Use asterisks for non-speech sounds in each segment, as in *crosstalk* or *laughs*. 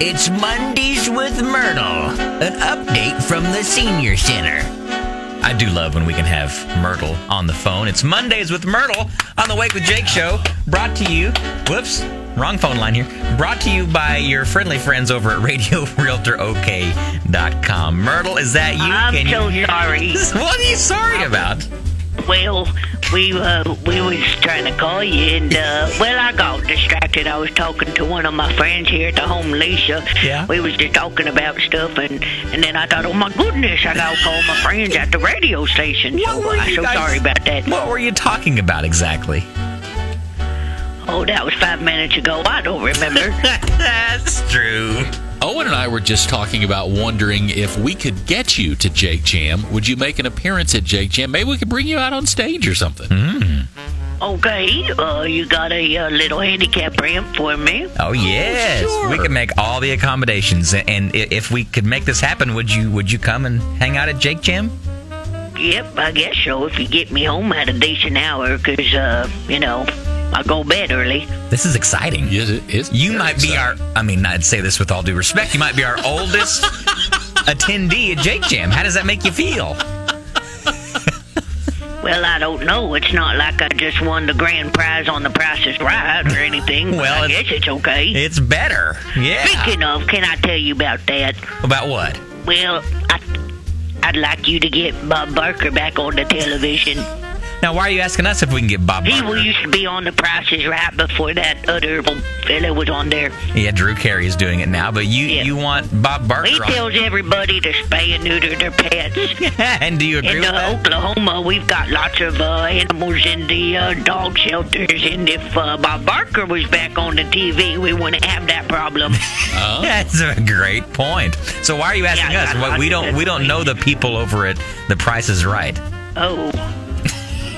It's Mondays with Myrtle, an update from the Senior Center. I do love when we can have Myrtle on the phone. It's Mondays with Myrtle on the Wake with Jake show, brought to you, whoops, wrong phone line here, brought to you by your friendly friends over at *laughs* RadioRealtorOK.com. Myrtle, is that you? I'm can so you hear? sorry. *laughs* What are you sorry about? Well, we uh, we was trying to call you, and uh, well, I got distracted. I was talking to one of my friends here at the home, Lisa. Yeah. We was just talking about stuff, and and then I thought, oh my goodness, I gotta call my friends at the radio station. What so were I'm you so guys- sorry about that. What were you talking about exactly? Oh, that was five minutes ago. I don't *laughs* remember. That's true. Owen and I were just talking about wondering if we could get you to Jake Jam. Would you make an appearance at Jake Jam? Maybe we could bring you out on stage or something. Mm-hmm. okay, uh, you got a uh, little handicap ramp for me? Oh yes, sure. we can make all the accommodations, and, and i- if we could make this happen, would you would you come and hang out at Jake Jam? Yep, I guess so. If you get me home at a decent hour, 'cause uh, you know, I go bed early. This is exciting. Yes, it is. You very might be exciting. *laughs* our. I mean, I'd say this with all due respect. You might be our oldest attendee at Jake Jam. How does that make you feel? Well, I don't know. It's not like I just won the grand prize on the Price is Right or anything. but Well, I it's- guess it's okay. It's better. Yeah. Speaking of, can I tell you about that? About what? Well, I, I'd like you to get Bob Barker back on the television. Now, why are you asking us if we can get Bob? He Barker? used to be on the Price is Right before that other fella was on there. Yeah, Drew Carey is doing it now, but you Yeah. you want Bob Barker? He on- tells everybody to spay and neuter their pets. *laughs* and do you agree In with uh, that? Oklahoma, we've got lots of uh, animals in the uh, dog shelters, and if uh, Bob Barker was back on the TV, we wouldn't have that problem. *laughs* That's a great point. So why are you asking Yeah, us? I- Well, I we think don't that's we don't know the people over at The Price is Right. oh,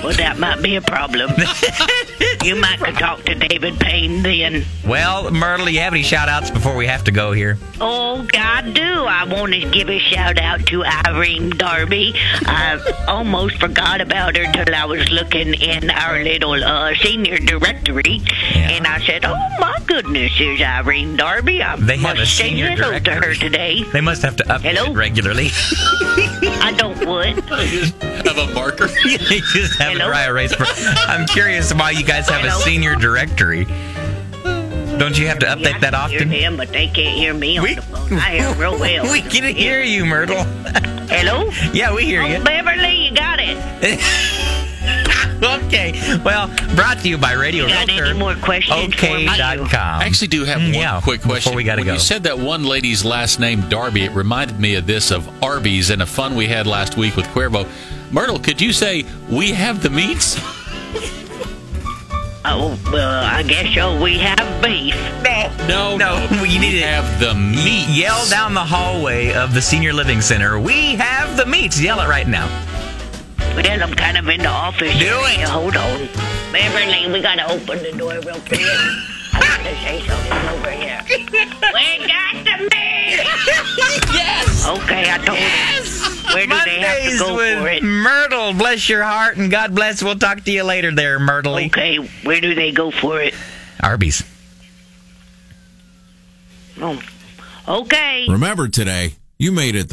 well, that might be a problem. you might could talk to David Payne then. Well, Myrtle, you have any shout outs before we have to go here? Oh, God, do I want to give a shout out to Irene Darby? *laughs* I almost forgot about her till I was looking in our little uh, senior directory, Yeah. and I said, "Oh my goodness, there's Irene Darby." I They have must a say senior hello to her directory. today. They must have to update Hello? it regularly. *laughs* I don't would. Have a marker. they just have a Hello? dry erase. For, I'm curious why you guys have Hello? a senior directory. Don't you have to Yeah, I update that can often? Hear him, but they can't hear me on We- the phone. I hear real well. *laughs* We can hear you, Myrtle. Hello. Yeah, we hear Oh, you. Beverly, you got it. Okay. Well, brought to you by Radio Oh, You got any Realtor. more questions for me? OK.com. I actually do have one Mm, yeah, quick before question. we gotta when go. you said that one lady's last name Darby, it reminded me of this of Arby's and a fun we had last week with Cuervo. Myrtle, could you say we have the meats? Oh, well, I guess so. We have beef. No, No, *laughs* no, you need we to- have the meats. Yell down the hallway of the senior living center. We have the meats. Yell it right now. Well, I'm kind of in the office. Do area. it. Hold on. Beverly, we gotta open the door real quick. I gotta say something over here. we got the meat! Yes. Okay, I told you. Where do they have to Mondays go for with it? Myrtle. Bless your heart and God bless. We'll talk to you later, there, Myrtle. Okay, where do they go for it? Arby's. Oh. Okay. Um, Remember today, you made it.